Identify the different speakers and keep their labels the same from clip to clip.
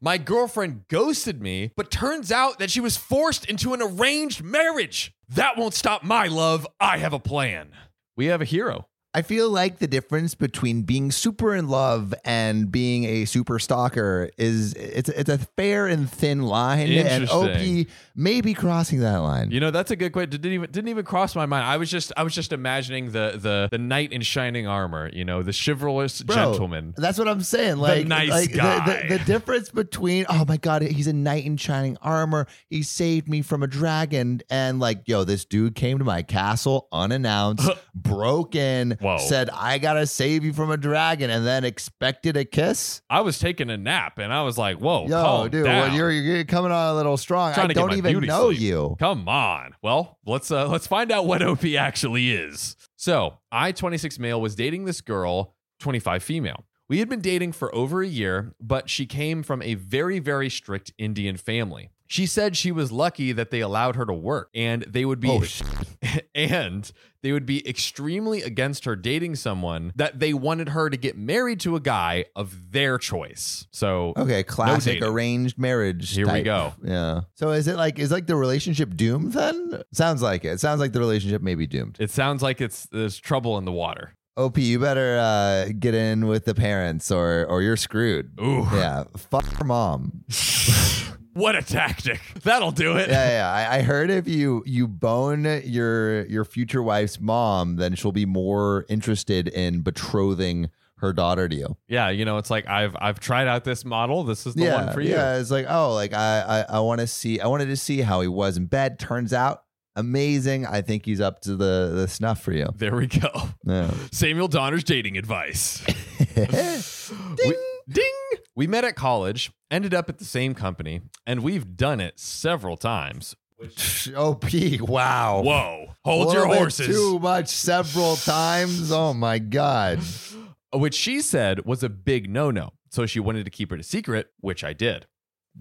Speaker 1: My girlfriend ghosted me, but turns out that she was forced into an arranged marriage. That won't stop my love. I have a plan. We have a hero.
Speaker 2: I feel like the difference between being super in love and being a super stalker is it's it's a fair and thin line, and
Speaker 1: Interesting.
Speaker 2: OP maybe crossing that line.
Speaker 1: You know, that's a good question. Didn't even didn't even cross my mind. I was just I was just imagining the the the knight in shining armor, you know, the chivalrous
Speaker 2: Bro,
Speaker 1: gentleman.
Speaker 2: That's what I'm saying. Like,
Speaker 1: nice
Speaker 2: like,
Speaker 1: guy.
Speaker 2: The, the difference between oh my god, he's a knight in shining armor. He saved me from a dragon, and like, yo, this dude came to my castle unannounced, broke in,
Speaker 1: Whoa.
Speaker 2: said, "I gotta save you from a dragon," and then expected a kiss.
Speaker 1: I was taking a nap and I was like, "Whoa,
Speaker 2: Yo,
Speaker 1: calm
Speaker 2: dude,
Speaker 1: down.
Speaker 2: well, you're you're coming on a little strong.
Speaker 1: Trying
Speaker 2: I
Speaker 1: to get
Speaker 2: don't
Speaker 1: my
Speaker 2: even
Speaker 1: beauty
Speaker 2: know
Speaker 1: sleep.
Speaker 2: you.
Speaker 1: Come on. Well, let's uh let's find out what OP actually is. So, I 26 male was dating this girl, 25 female. We had been dating for over a year, but she came from a very very strict Indian family. She said she was lucky that they allowed her to work and they would be
Speaker 2: Oh, sh-
Speaker 1: and they would be extremely against her dating someone that they wanted her to get married to a guy of their choice. So,
Speaker 2: Okay, classic
Speaker 1: dating.
Speaker 2: arranged marriage.
Speaker 1: Here we
Speaker 2: type.
Speaker 1: go.
Speaker 2: Yeah. So is it like is like the relationship doomed then? Sounds like it. Sounds like the relationship may be doomed.
Speaker 1: it sounds like it's there's trouble in the water.
Speaker 2: Op, you better uh, get in with the parents or or you're screwed.
Speaker 1: Ooh.
Speaker 2: Yeah, fuck your mom.
Speaker 1: what a tactic. That'll do it.
Speaker 2: Yeah, yeah. I, I heard if you you bone your your future wife's mom, then she'll be more interested in betrothing her daughter to you.
Speaker 1: Yeah, you know, it's like I've I've tried out this model. This is the
Speaker 2: yeah,
Speaker 1: one for you.
Speaker 2: yeah. It's like oh, like I I, I want to see. I wanted to see how he was in bed. Turns out amazing. I think he's up to the the snuff for you.
Speaker 1: There we go.
Speaker 2: Yeah.
Speaker 1: Samuel Donner's dating advice. We, ding. We met at college, ended up at the same company, and we've done it several times.
Speaker 2: Op, wow.
Speaker 1: Whoa.
Speaker 2: A
Speaker 1: Hold your
Speaker 2: little bit
Speaker 1: horses.
Speaker 2: Too much several times. Oh my god.
Speaker 1: Which she said was a big no-no. So she wanted to keep it a secret, which I did.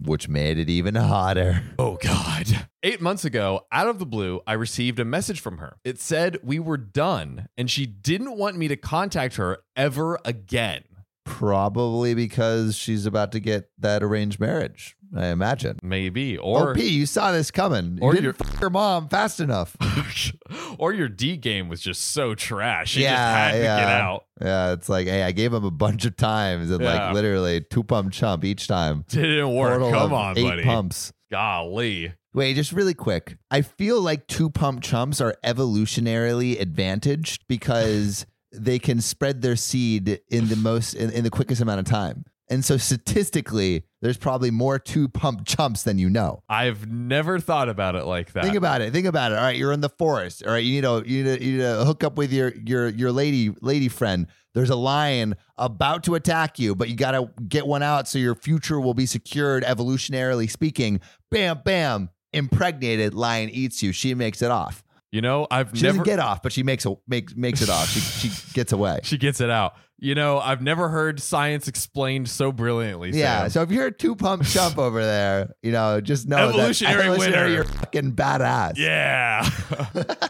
Speaker 2: Which made it even hotter.
Speaker 1: Oh, God. Eight months ago, out of the blue, I received a message from her. It said we were done and she didn't want me to contact her ever again.
Speaker 2: Probably because she's about to get that arranged marriage, I imagine.
Speaker 1: Maybe.
Speaker 2: Or,
Speaker 1: Or.
Speaker 2: OP, you saw this coming.
Speaker 1: or
Speaker 2: you didn't
Speaker 1: your-
Speaker 2: f- your mom fast enough.
Speaker 1: or your D game was just so trash. She just
Speaker 2: Yeah,
Speaker 1: had to get
Speaker 2: yeah.
Speaker 1: out.
Speaker 2: Yeah, it's like, hey, I gave him a bunch of times and
Speaker 1: Yeah.
Speaker 2: like literally two pump chump each time.
Speaker 1: Didn't work.
Speaker 2: Total
Speaker 1: Come
Speaker 2: of
Speaker 1: on,
Speaker 2: eight
Speaker 1: buddy.
Speaker 2: pumps.
Speaker 1: Golly.
Speaker 2: Wait, just really quick. I feel like two pump chumps are evolutionarily advantaged because they can spread their seed in the most in, in the quickest amount of time. And so statistically, there's probably more two pump chumps than you know.
Speaker 1: I've never thought about it like that.
Speaker 2: Think about it. Think about it. All right, you're in the forest. All right, you need to you need to, you need to hook up with your your your lady lady friend. There's a lion about to attack you, but you gotta get one out so your future will be secured, evolutionarily speaking. Bam, bam, impregnated. Lion eats you. She makes it off.
Speaker 1: you know, I've
Speaker 2: She
Speaker 1: never
Speaker 2: doesn't get off, but she makes a makes makes it off. She she gets away.
Speaker 1: she gets it out. You know, I've never heard science explained so brilliantly.
Speaker 2: Yeah.
Speaker 1: Sam.
Speaker 2: So if you're a two pump chump over there, you know, just know
Speaker 1: Evolutionary
Speaker 2: that evolutionary,
Speaker 1: winner.
Speaker 2: you're fucking badass.
Speaker 1: Yeah.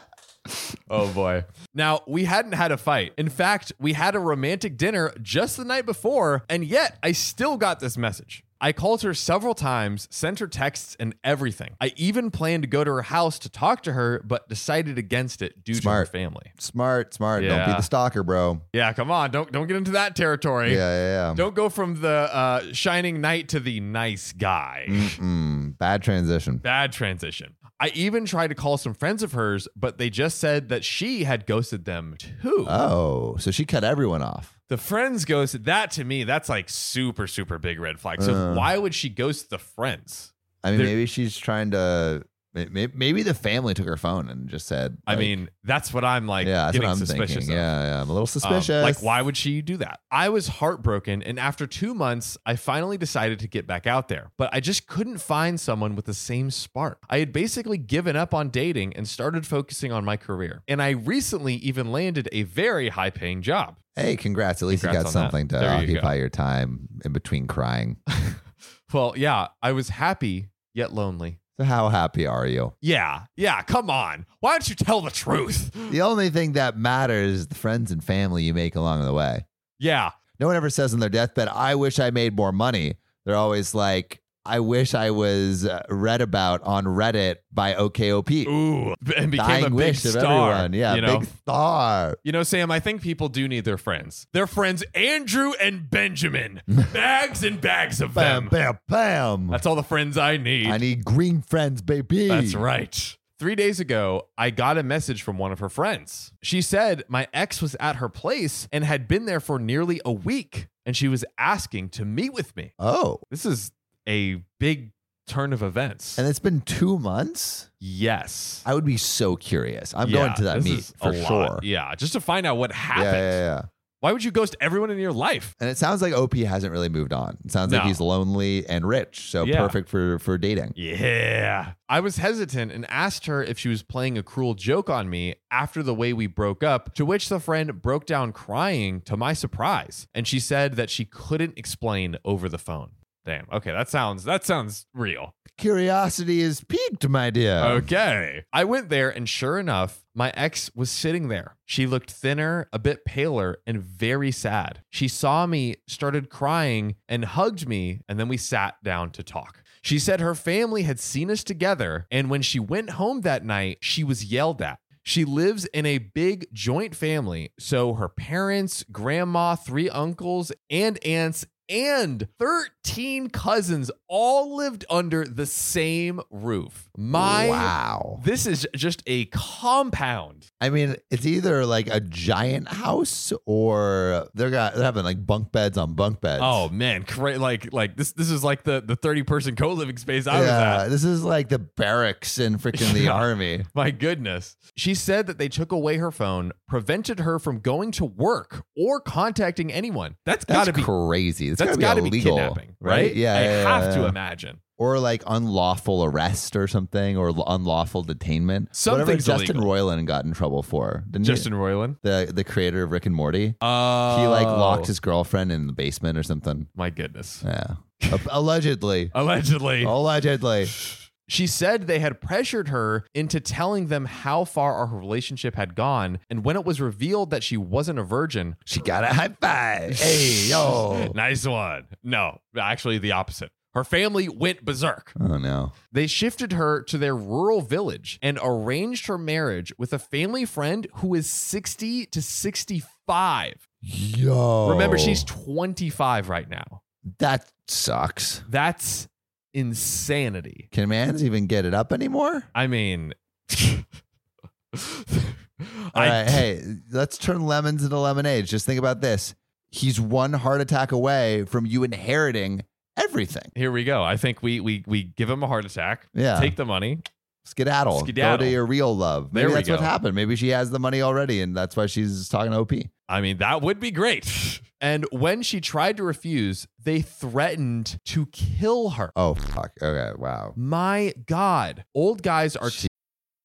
Speaker 1: oh boy. Now, we hadn't had a fight. In fact, we had a romantic dinner just the night before, and yet I still got this message. I called her several times, sent her texts and everything. I even planned to go to her house to talk to her, but decided against it due
Speaker 2: Smart.
Speaker 1: to her family.
Speaker 2: Smart, smart. Don't be
Speaker 1: Yeah.
Speaker 2: the stalker, bro.
Speaker 1: Yeah, come on, don't don't get into that territory.
Speaker 2: Yeah, yeah, yeah.
Speaker 1: Don't go from the uh, shining knight to the nice guy.
Speaker 2: Mm. Mm-mm, bad transition.
Speaker 1: Bad transition. I even tried to call some friends of hers, but they just said that she had ghosted them too.
Speaker 2: Oh, so she cut everyone off.
Speaker 1: the friends ghosted that to me. That's like super, super big red flag. So
Speaker 2: Uh.
Speaker 1: why would she ghost the friends?
Speaker 2: I mean,
Speaker 1: There-
Speaker 2: maybe she's trying to. may- may- Maybe the family took her phone and just said.
Speaker 1: I
Speaker 2: like,
Speaker 1: mean, that's what I'm like
Speaker 2: yeah, that's
Speaker 1: getting
Speaker 2: what I'm
Speaker 1: suspicious
Speaker 2: thinking.
Speaker 1: of.
Speaker 2: Yeah, yeah, I'm a little
Speaker 1: Um,
Speaker 2: suspicious.
Speaker 1: like, why would she do that? I was heartbroken, and after two months, I finally decided to get back out there, but I just couldn't find someone with the same spark. I had basically given up on dating and started focusing on my career. And I recently even landed a very high paying job.
Speaker 2: Hey, congrats! At least you got
Speaker 1: Congrats on that.
Speaker 2: something to
Speaker 1: There you go.
Speaker 2: occupy your time in between crying.
Speaker 1: Well, yeah, I was happy yet lonely.
Speaker 2: So, how happy are you?
Speaker 1: Yeah, yeah, come on. Why don't you tell the truth?
Speaker 2: The only thing that matters is the friends and family you make along the way.
Speaker 1: Yeah,
Speaker 2: No one ever says on their deathbed, "I wish I made more money." They're always like, I wish I was uh, read about on Reddit by OKOP.
Speaker 1: Ooh, and became
Speaker 2: Dying
Speaker 1: a big
Speaker 2: wish of
Speaker 1: star.
Speaker 2: everyone. Yeah,
Speaker 1: you know?
Speaker 2: big star.
Speaker 1: You know, Sam, I think people do need their friends. Their friends, Andrew and Benjamin. Bags and bags of
Speaker 2: Bam,
Speaker 1: them.
Speaker 2: bam, bam.
Speaker 1: That's all the friends I need.
Speaker 2: I need green friends, baby.
Speaker 1: That's right. Three days ago, I got a message from one of her friends. She said my ex was at her place and had been there for nearly a week, and she was asking to meet with me.
Speaker 2: Oh,
Speaker 1: This is a big turn of events.
Speaker 2: and it's been two months.
Speaker 1: yes.
Speaker 2: I would be so curious. I'm
Speaker 1: Yeah,
Speaker 2: going to that
Speaker 1: this
Speaker 2: meet
Speaker 1: is a
Speaker 2: for
Speaker 1: lot.
Speaker 2: sure.
Speaker 1: Yeah, just to find out what
Speaker 2: Yeah,
Speaker 1: happened.
Speaker 2: yeah, yeah.
Speaker 1: Why would you ghost everyone in your life?
Speaker 2: And it sounds like OP hasn't really moved on. It sounds like
Speaker 1: No.
Speaker 2: he's lonely and rich, so
Speaker 1: Yeah.
Speaker 2: perfect for for dating.
Speaker 1: Yeah. I was hesitant and asked her if she was playing a cruel joke on me after the way we broke up, to which the friend broke down crying to my surprise. And she said that she couldn't explain over the phone. Damn. Okay, that sounds that sounds real.
Speaker 2: Curiosity is piqued, my dear.
Speaker 1: Okay. I went there and sure enough, my ex was sitting there. She looked thinner, a bit paler, and very sad. She saw me, started crying, and hugged me, and then we sat down to talk. She said her family had seen us together, and when she went home that night, she was yelled at. She lives in a big joint family, so her parents, grandma, three uncles, and aunts and 13 cousins all lived under the same roof. My
Speaker 2: wow.
Speaker 1: this is just a compound.
Speaker 2: I mean, it's either like a giant house or they're got they're having like bunk beds on bunk beds.
Speaker 1: Oh man, cra- like like this this is like the the 30 person co-living space I was at.
Speaker 2: yeah. This is like the barracks in freaking the
Speaker 1: Yeah.
Speaker 2: army.
Speaker 1: My goodness. She said that they took away her phone, prevented her from going to work or contacting anyone. That's got
Speaker 2: That's
Speaker 1: to be
Speaker 2: crazy. It's
Speaker 1: that's got
Speaker 2: gotta
Speaker 1: to be,
Speaker 2: illegal,
Speaker 1: kidnapping, right?
Speaker 2: Yeah,
Speaker 1: I
Speaker 2: yeah,
Speaker 1: have
Speaker 2: yeah,
Speaker 1: to
Speaker 2: yeah.
Speaker 1: imagine.
Speaker 2: or like unlawful arrest or something, or l- unlawful detainment. Whatever
Speaker 1: Something's
Speaker 2: Justin
Speaker 1: illegal.
Speaker 2: Roiland got in trouble for. Didn't he?
Speaker 1: Justin Roiland.
Speaker 2: the the creator of Rick and Morty.
Speaker 1: Oh.
Speaker 2: He like locked his girlfriend in the basement or something.
Speaker 1: My goodness.
Speaker 2: Yeah, A- allegedly,
Speaker 1: Allegedly.
Speaker 2: Oh, allegedly.
Speaker 1: She said they had pressured her into telling them how far our relationship had gone, and when it was revealed that she wasn't a virgin,
Speaker 2: She got a high five. Hey yo.
Speaker 1: nice one. No, actually, the opposite. Her family went berserk.
Speaker 2: Oh no.
Speaker 1: They shifted her to their rural village and arranged her marriage with a family friend who is 60 to 65.
Speaker 2: Yo.
Speaker 1: Remember, she's 25 right now.
Speaker 2: that sucks.
Speaker 1: That's insanity.
Speaker 2: Can mans even get it up anymore?
Speaker 1: I mean,
Speaker 2: All
Speaker 1: I-
Speaker 2: right, hey, let's turn lemons into lemonades. Just think about this. He's one heart attack away from you inheriting everything.
Speaker 1: here we go. I think we we we give him a heart attack.
Speaker 2: Yeah.
Speaker 1: Take the money.
Speaker 2: skedaddle. Go
Speaker 1: Skedaddle.
Speaker 2: to your real love. Maybe
Speaker 1: There we
Speaker 2: that's what
Speaker 1: go.
Speaker 2: happened. Maybe she has the money already, and that's why she's talking to OP.
Speaker 1: I mean, that would be great. and when she tried to refuse, they threatened to kill her.
Speaker 2: Oh fuck. Okay. Wow.
Speaker 1: My God, old guys are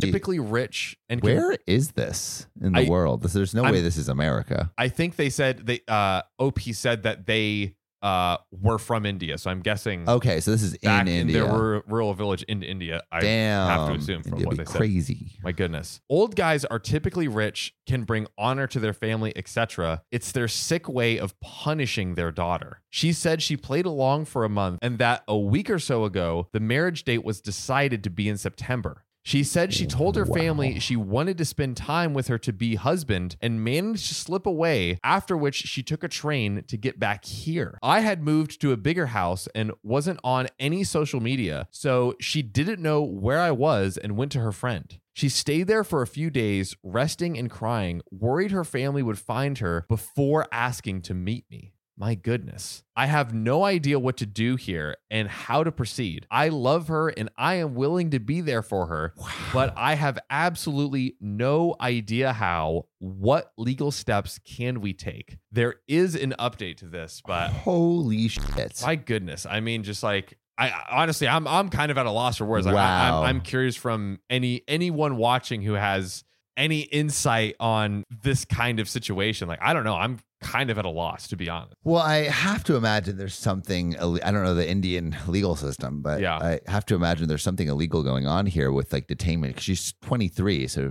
Speaker 1: typically rich and can-
Speaker 2: Where is this in the
Speaker 1: I-
Speaker 2: world? This- There's no
Speaker 1: I'm-
Speaker 2: way this is America.
Speaker 1: I think they said they uh OP said that they uh were from India. So I'm guessing
Speaker 2: Okay, so this is
Speaker 1: back
Speaker 2: Oh, in India.
Speaker 1: their ru- rural village in India. I
Speaker 2: Damn.
Speaker 1: have to assume from
Speaker 2: India'd
Speaker 1: what
Speaker 2: be
Speaker 1: they said.
Speaker 2: crazy.
Speaker 1: My goodness. Old guys are typically rich, can bring honor to their family, etc. It's their sick way of punishing their daughter. She said she played along for a month and that a week or so ago, the marriage date was decided to be in September. She said she told her family she wanted to spend time with her to be husband and managed to slip away, after which she took a train to get back here. I had moved to a bigger house and wasn't on any social media, so she didn't know where I was and went to her friend. She stayed there for a few days, resting and crying, worried her family would find her before asking to meet me. My goodness. I have no idea what to do here and how to proceed. I love her and I am willing to be there for her, but I have absolutely no idea how. What legal steps can we take? There is an update to this, but
Speaker 2: Holy shit.
Speaker 1: my goodness. I mean, just like I I- honestly, I'm I'm kind of at a loss for words. Like,
Speaker 2: Wow.
Speaker 1: I, I'm, I'm curious from any anyone watching who has any insight on this kind of situation. Like, I don't know. I'm kind of at a loss to be honest.
Speaker 2: Well, I have to imagine there's something. ill- I don't know the Indian legal system, but
Speaker 1: Yeah.
Speaker 2: I have to imagine there's something illegal going on here with like detainment. 'cause She's 23,
Speaker 1: Yeah,
Speaker 2: so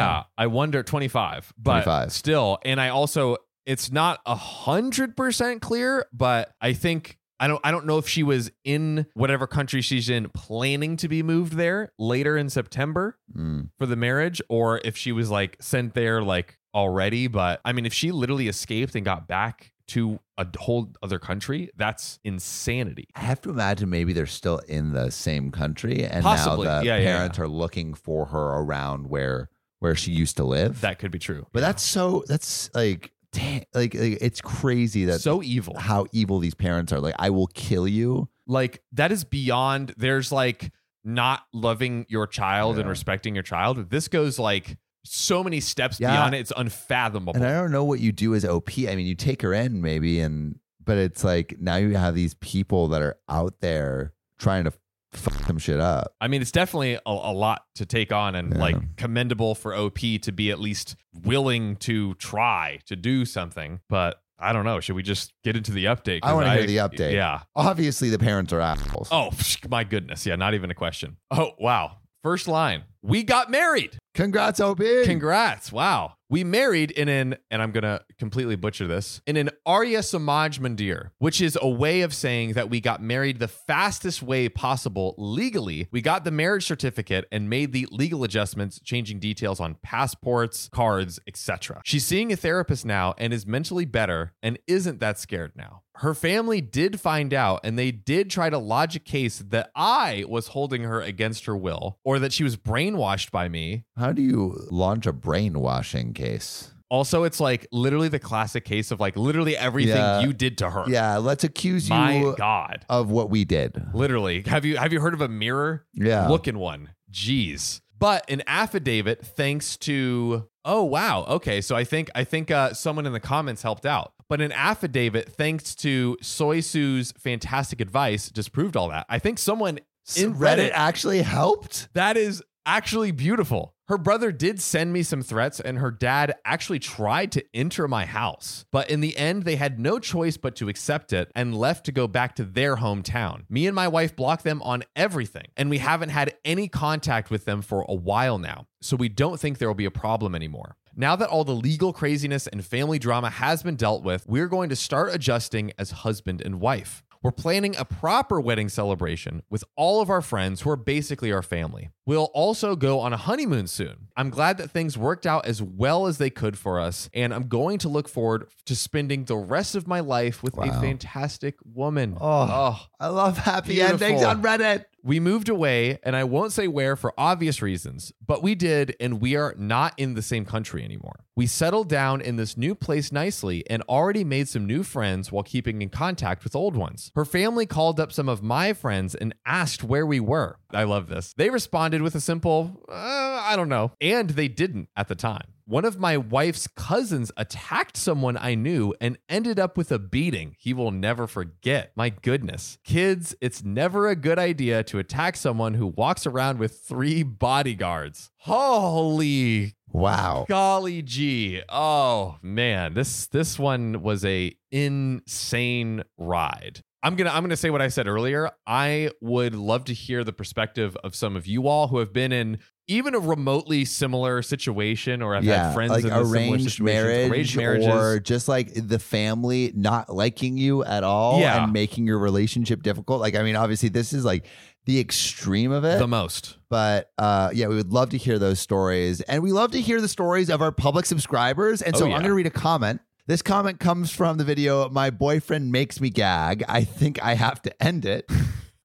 Speaker 2: Yeah.
Speaker 1: I wonder 25, but
Speaker 2: 25.
Speaker 1: still. And I also, it's not a hundred percent clear, but I think. I don't, I don't know if she was in whatever country she's in planning to be moved there later in September
Speaker 2: mm,
Speaker 1: for the marriage or if she was like sent there like already but i mean if she literally escaped and got back to a whole other country that's insanity
Speaker 2: I have to imagine maybe they're still in the same country, and
Speaker 1: Possibly.
Speaker 2: now the
Speaker 1: Yeah, yeah,
Speaker 2: parents are looking for her around where where she used to live.
Speaker 1: that could be true
Speaker 2: but that's so. That's like, dang, like, like it's crazy that
Speaker 1: so evil
Speaker 2: how evil these parents are. Like, I will kill you.
Speaker 1: like that is beyond there's like not loving your child and
Speaker 2: Yeah.
Speaker 1: respecting your child this goes like so many steps
Speaker 2: Yeah.
Speaker 1: beyond it it's unfathomable
Speaker 2: And I don't know what you do as OP. I mean, you take her in maybe, and but it's like now you have these people that are out there trying to fuck some shit up.
Speaker 1: I mean, it's definitely a, a lot to take on and
Speaker 2: Yeah.
Speaker 1: like commendable for OP to be at least willing to try to do something. But I don't know. Should we just get into the update? 'Cause
Speaker 2: I wanna hear the update.
Speaker 1: Yeah.
Speaker 2: Obviously, the parents are assholes.
Speaker 1: Oh, psh, my goodness. Yeah. Not even a question. Oh, wow. First line We got married.
Speaker 2: Congrats, OP.
Speaker 1: Congrats. Wow. We married in an, and I'm going to completely butcher this, in an Arya Samaj Mandir, which is a way of saying that we got married the fastest way possible legally. We got the marriage certificate and made the legal adjustments, changing details on passports, cards, etc. She's seeing a therapist now and is mentally better and isn't that scared now. Her family did find out and they did try to lodge a case that I was holding her against her will or that she was brainwashed by me
Speaker 2: How do you launch a brainwashing case?
Speaker 1: also, it's like literally the classic case of like literally everything
Speaker 2: Yeah.
Speaker 1: you did to her.
Speaker 2: Yeah, let's accuse
Speaker 1: My
Speaker 2: you uh,
Speaker 1: God.
Speaker 2: of what we did.
Speaker 1: Literally. Have you have you heard of a mirror?
Speaker 2: Yeah.
Speaker 1: Look in one. Jeez. But an affidavit, thanks to oh wow. Okay. So I think I think uh someone in the comments helped out. But an affidavit, thanks to Soy Sue's fantastic advice, disproved all that. I think someone
Speaker 2: S-
Speaker 1: in
Speaker 2: Reddit
Speaker 1: Reddit
Speaker 2: actually helped.
Speaker 1: That is actually beautiful. Her brother did send me some threats, and her dad actually tried to enter my house. But in the end, they had no choice but to accept it and left to go back to their hometown. Me and my wife blocked them on everything, and we haven't had any contact with them for a while now. So we don't think there will be a problem anymore. Now that all the legal craziness and family drama has been dealt with, we're going to start adjusting as husband and wife. We're planning a proper wedding celebration with all of our friends who are basically our family. We'll also go on a honeymoon soon. I'm glad that things worked out as well as they could for us, and I'm going to look forward to spending the rest of my life with a
Speaker 2: Wow.
Speaker 1: fantastic woman.
Speaker 2: Oh. I love happy endings
Speaker 1: Beautiful.
Speaker 2: on Reddit.
Speaker 1: We moved away, and I won't say where for obvious reasons, but we did, and we are not in the same country anymore. We settled down in this new place nicely and already made some new friends while keeping in contact with old ones. Her family called up some of my friends and asked where we were. I love this. They responded with a simple, uh, I don't know, and they didn't at the time. One of my wife's cousins attacked someone I knew and ended up with a beating he will never forget. My goodness. Kids, it's never a good idea to attack someone who walks around with three bodyguards. Holy
Speaker 2: Wow.
Speaker 1: golly gee. Oh man, this this one was a insane ride. I'm going to I'm going to say what I said earlier. I would love to hear the perspective of some of you all who have been in even a remotely similar situation or have had friends
Speaker 2: like
Speaker 1: in the similar
Speaker 2: arranged
Speaker 1: situations,
Speaker 2: marriage
Speaker 1: arranged
Speaker 2: or
Speaker 1: marriages.
Speaker 2: just like the family not liking you at all
Speaker 1: Yeah.
Speaker 2: and making your relationship difficult. Like, I mean, obviously, this is like the extreme of it.
Speaker 1: the most.
Speaker 2: but uh, yeah, we would love to hear those stories. And we love to hear the stories of our public subscribers. And so
Speaker 1: Oh, yeah.
Speaker 2: I'm going to read a comment. This comment comes from the video My Boyfriend Makes Me Gag. I think I have to end it.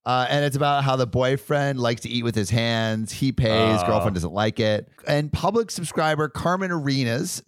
Speaker 2: Uh, and it's about how the boyfriend likes to eat with his hands. He pays,
Speaker 1: Oh.
Speaker 2: girlfriend doesn't like it. And public subscriber Carmen Arenas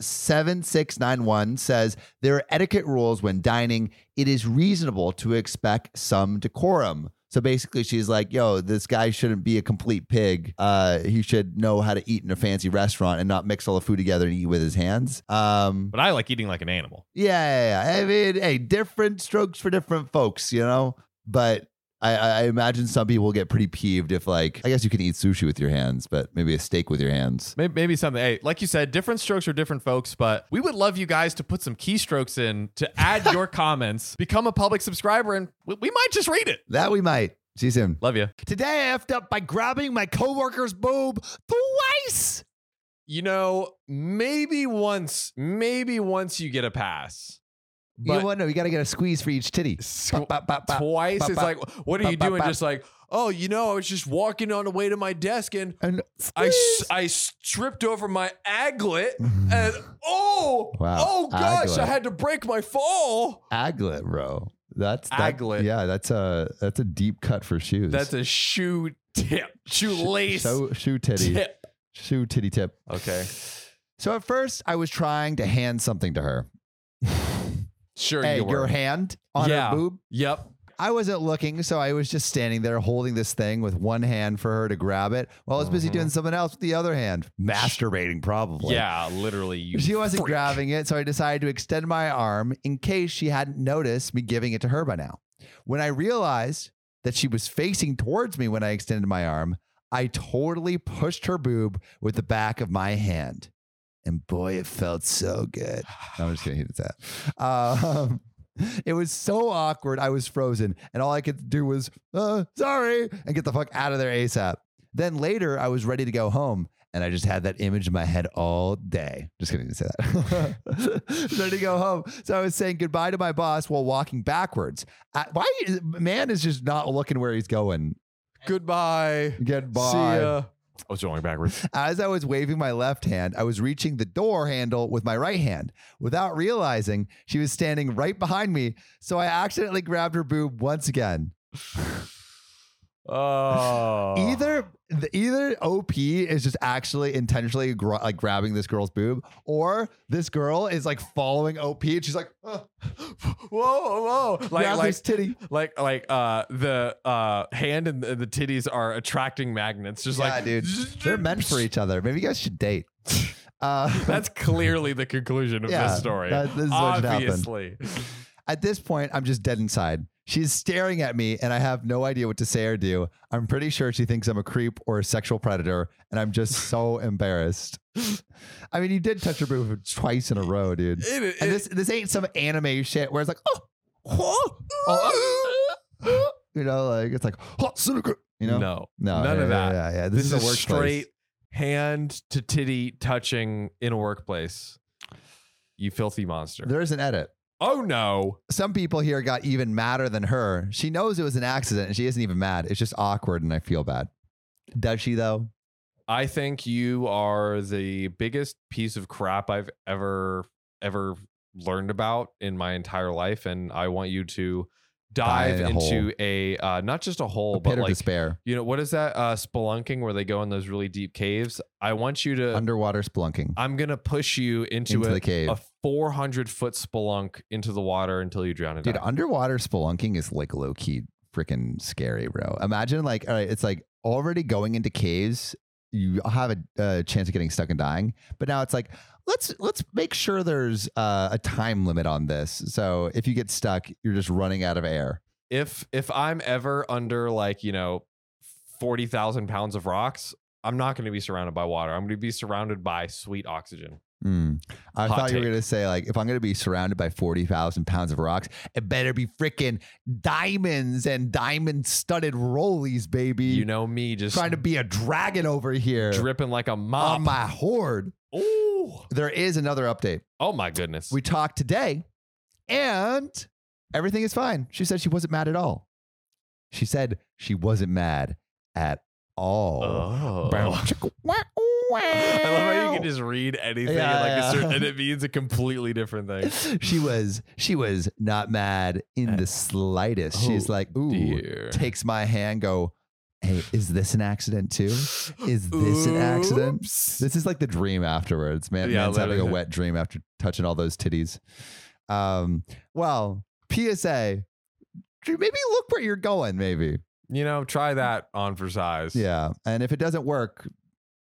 Speaker 2: 7691 says there are etiquette rules when dining. It is reasonable to expect some decorum. So basically, she's like, yo, this guy shouldn't be a complete pig. Uh, he should know how to eat in a fancy restaurant and not mix all the food together and eat with his hands. Um,
Speaker 1: But I like eating like an animal.
Speaker 2: yeah, yeah, yeah. I mean, hey, different strokes for different folks, you know. But I, I I imagine some people get pretty peeved if, like, I guess you can eat sushi with your hands, but maybe a steak with your hands.
Speaker 1: Maybe, maybe something. Hey, like you said, different strokes are different folks, but we would love you guys to put some keystrokes in to add your comments, become a public subscriber, and we, we might just read it.
Speaker 2: That we might. See you soon.
Speaker 1: Love you.
Speaker 2: Today I effed up by grabbing my coworker's boob twice.
Speaker 1: You know, maybe once, maybe once you get a pass.
Speaker 2: you
Speaker 1: But
Speaker 2: know what? No, you got to get a squeeze for each titty.
Speaker 1: Squ-
Speaker 2: Bop, bop, bop,
Speaker 1: twice,
Speaker 2: bop,
Speaker 1: it's
Speaker 2: bop,
Speaker 1: like, what are
Speaker 2: bop,
Speaker 1: you
Speaker 2: bop,
Speaker 1: doing?
Speaker 2: bop.
Speaker 1: Just like, oh, you know, I was just walking on the way to my desk and
Speaker 2: And
Speaker 1: I, s- I stripped over my aglet and oh,
Speaker 2: Mm. Wow,
Speaker 1: oh gosh, I
Speaker 2: aglet.
Speaker 1: had to break my fall.
Speaker 2: aglet, bro. That's that-
Speaker 1: Aglet.
Speaker 2: Yeah, that's a that's a deep cut for shoes.
Speaker 1: That's a shoe tip, shoelace
Speaker 2: So, shoe titty.
Speaker 1: tip.
Speaker 2: Shoe titty tip.
Speaker 1: Okay,
Speaker 2: So at first, I was trying to hand something to her.
Speaker 1: sure
Speaker 2: Hey,
Speaker 1: you
Speaker 2: your
Speaker 1: were.
Speaker 2: hand on her boob.
Speaker 1: Yep.
Speaker 2: I wasn't looking, so I was just standing there holding this thing with one hand for her to grab it while I was busy doing something else with the other hand, masturbating probably.
Speaker 1: Mm-hmm. Yeah, literally. You
Speaker 2: She wasn't
Speaker 1: freak.
Speaker 2: grabbing it, so I decided to extend my arm in case she hadn't noticed me giving it to her by now. When I realized that she was facing towards me when I extended my arm, I totally pushed her boob with the back of my hand. And boy, it felt so good. No, I'm just kidding. He did that. Um, it was so awkward. I was frozen, and all I could do was, uh, sorry, and get the fuck out of there ASAP. Then later, I was ready to go home, and I just had that image in my head all day. Just kidding to say that. ready to go home. So I was saying goodbye to my boss while walking backwards. I, why is, man is just not looking where he's going?
Speaker 1: Goodbye.
Speaker 2: Goodbye.
Speaker 1: See ya. I was going backwards.
Speaker 2: As I was waving my left hand, I was reaching the door handle with my right hand. Without realizing, she was standing right behind me, so I accidentally grabbed her boob once again.
Speaker 1: Oh.
Speaker 2: Either the, either OP is just actually intentionally gr- like grabbing this girl's boob, or this girl is like following OP and she's like, "Ugh,
Speaker 1: Whoa, whoa. Like,
Speaker 2: grab
Speaker 1: like,
Speaker 2: his titty.
Speaker 1: like, like, uh, the uh, hand and the, the titties are attracting magnets. Just
Speaker 2: Yeah,
Speaker 1: like,
Speaker 2: dude, they're meant for each other. Maybe you guys should date. Uh,
Speaker 1: That's clearly the conclusion of
Speaker 2: Yeah,
Speaker 1: this story.
Speaker 2: that- this is what should happen.
Speaker 1: Obviously.
Speaker 2: At this point, I'm just dead inside. She's staring at me, and I have no idea what to say or do. I'm pretty sure she thinks I'm a creep or a sexual predator, and I'm just so embarrassed. I mean, you did touch her boob twice in a row, dude.
Speaker 1: It- it-
Speaker 2: and this this ain't some anime shit where it's like, oh, oh, oh, oh," you know, like it's like, "Oh, Sudoku," you know,
Speaker 1: no,
Speaker 2: no,
Speaker 1: none
Speaker 2: yeah,
Speaker 1: of that.
Speaker 2: Yeah, yeah, yeah.
Speaker 1: This, is,
Speaker 2: This, a workplace.
Speaker 1: straight hand to titty touching in a workplace. You filthy monster.
Speaker 2: There is an edit.
Speaker 1: oh no.
Speaker 2: Some people here got even madder than her. She knows it was an accident, and she isn't even mad. It's just awkward, and I feel bad. Does she though?
Speaker 1: I think you are the biggest piece of crap I've ever ever learned about in my entire life, and I want you to dive
Speaker 2: Dive in a hole.
Speaker 1: into a uh, not just a hole,
Speaker 2: A
Speaker 1: but
Speaker 2: pit of
Speaker 1: like
Speaker 2: despair.
Speaker 1: you know what is that uh, spelunking where they go in those really deep caves? I want you to.
Speaker 2: Underwater spelunking
Speaker 1: I'm gonna push you into,
Speaker 2: into
Speaker 1: a,
Speaker 2: the cave.
Speaker 1: a 400 foot spelunk into the water until you drown. and
Speaker 2: Dude,
Speaker 1: die.
Speaker 2: underwater spelunking is like low key freaking scary, bro. Imagine like, all right, it's like already going into caves. You have a uh, chance of getting stuck and dying, but now it's like let's let's make sure there's uh, a time limit on this. So if you get stuck, you're just running out of air.
Speaker 1: if if I'm ever under like you know forty thousand pounds of rocks, I'm not going to be surrounded by water. I'm going to be surrounded by sweet oxygen.
Speaker 2: Hmm. I
Speaker 1: Hot
Speaker 2: thought you were
Speaker 1: take.
Speaker 2: gonna say like, if I'm gonna be surrounded by forty thousand pounds of rocks, it better be freaking diamonds and diamond studded rollies, baby.
Speaker 1: You know me, just
Speaker 2: trying to be a dragon over here
Speaker 1: dripping like a
Speaker 2: on
Speaker 1: mop.
Speaker 2: my horde.
Speaker 1: Oh,
Speaker 2: There is another update.
Speaker 1: oh my goodness.
Speaker 2: We talked today and everything is fine. She said she wasn't mad at all. She said she wasn't mad. at all.
Speaker 1: Oh.
Speaker 2: Bow, chicka, wow, wow.
Speaker 1: I love how you can just read anything
Speaker 2: Yeah,
Speaker 1: and, like
Speaker 2: yeah.
Speaker 1: a certain, and it means a completely different thing.
Speaker 2: she was she was not mad in the slightest. She's
Speaker 1: Oh,
Speaker 2: like, ooh,
Speaker 1: dear.
Speaker 2: takes my hand, go, hey, is this an accident too? Is this an accident?
Speaker 1: Oops.
Speaker 2: This is like the dream afterwards, man.
Speaker 1: Yeah,
Speaker 2: man's having a
Speaker 1: literally.
Speaker 2: wet dream after touching all those titties. Um, well, PSA, maybe look where you're going, maybe.
Speaker 1: You know, try that on for size.
Speaker 2: Yeah. And if it doesn't work,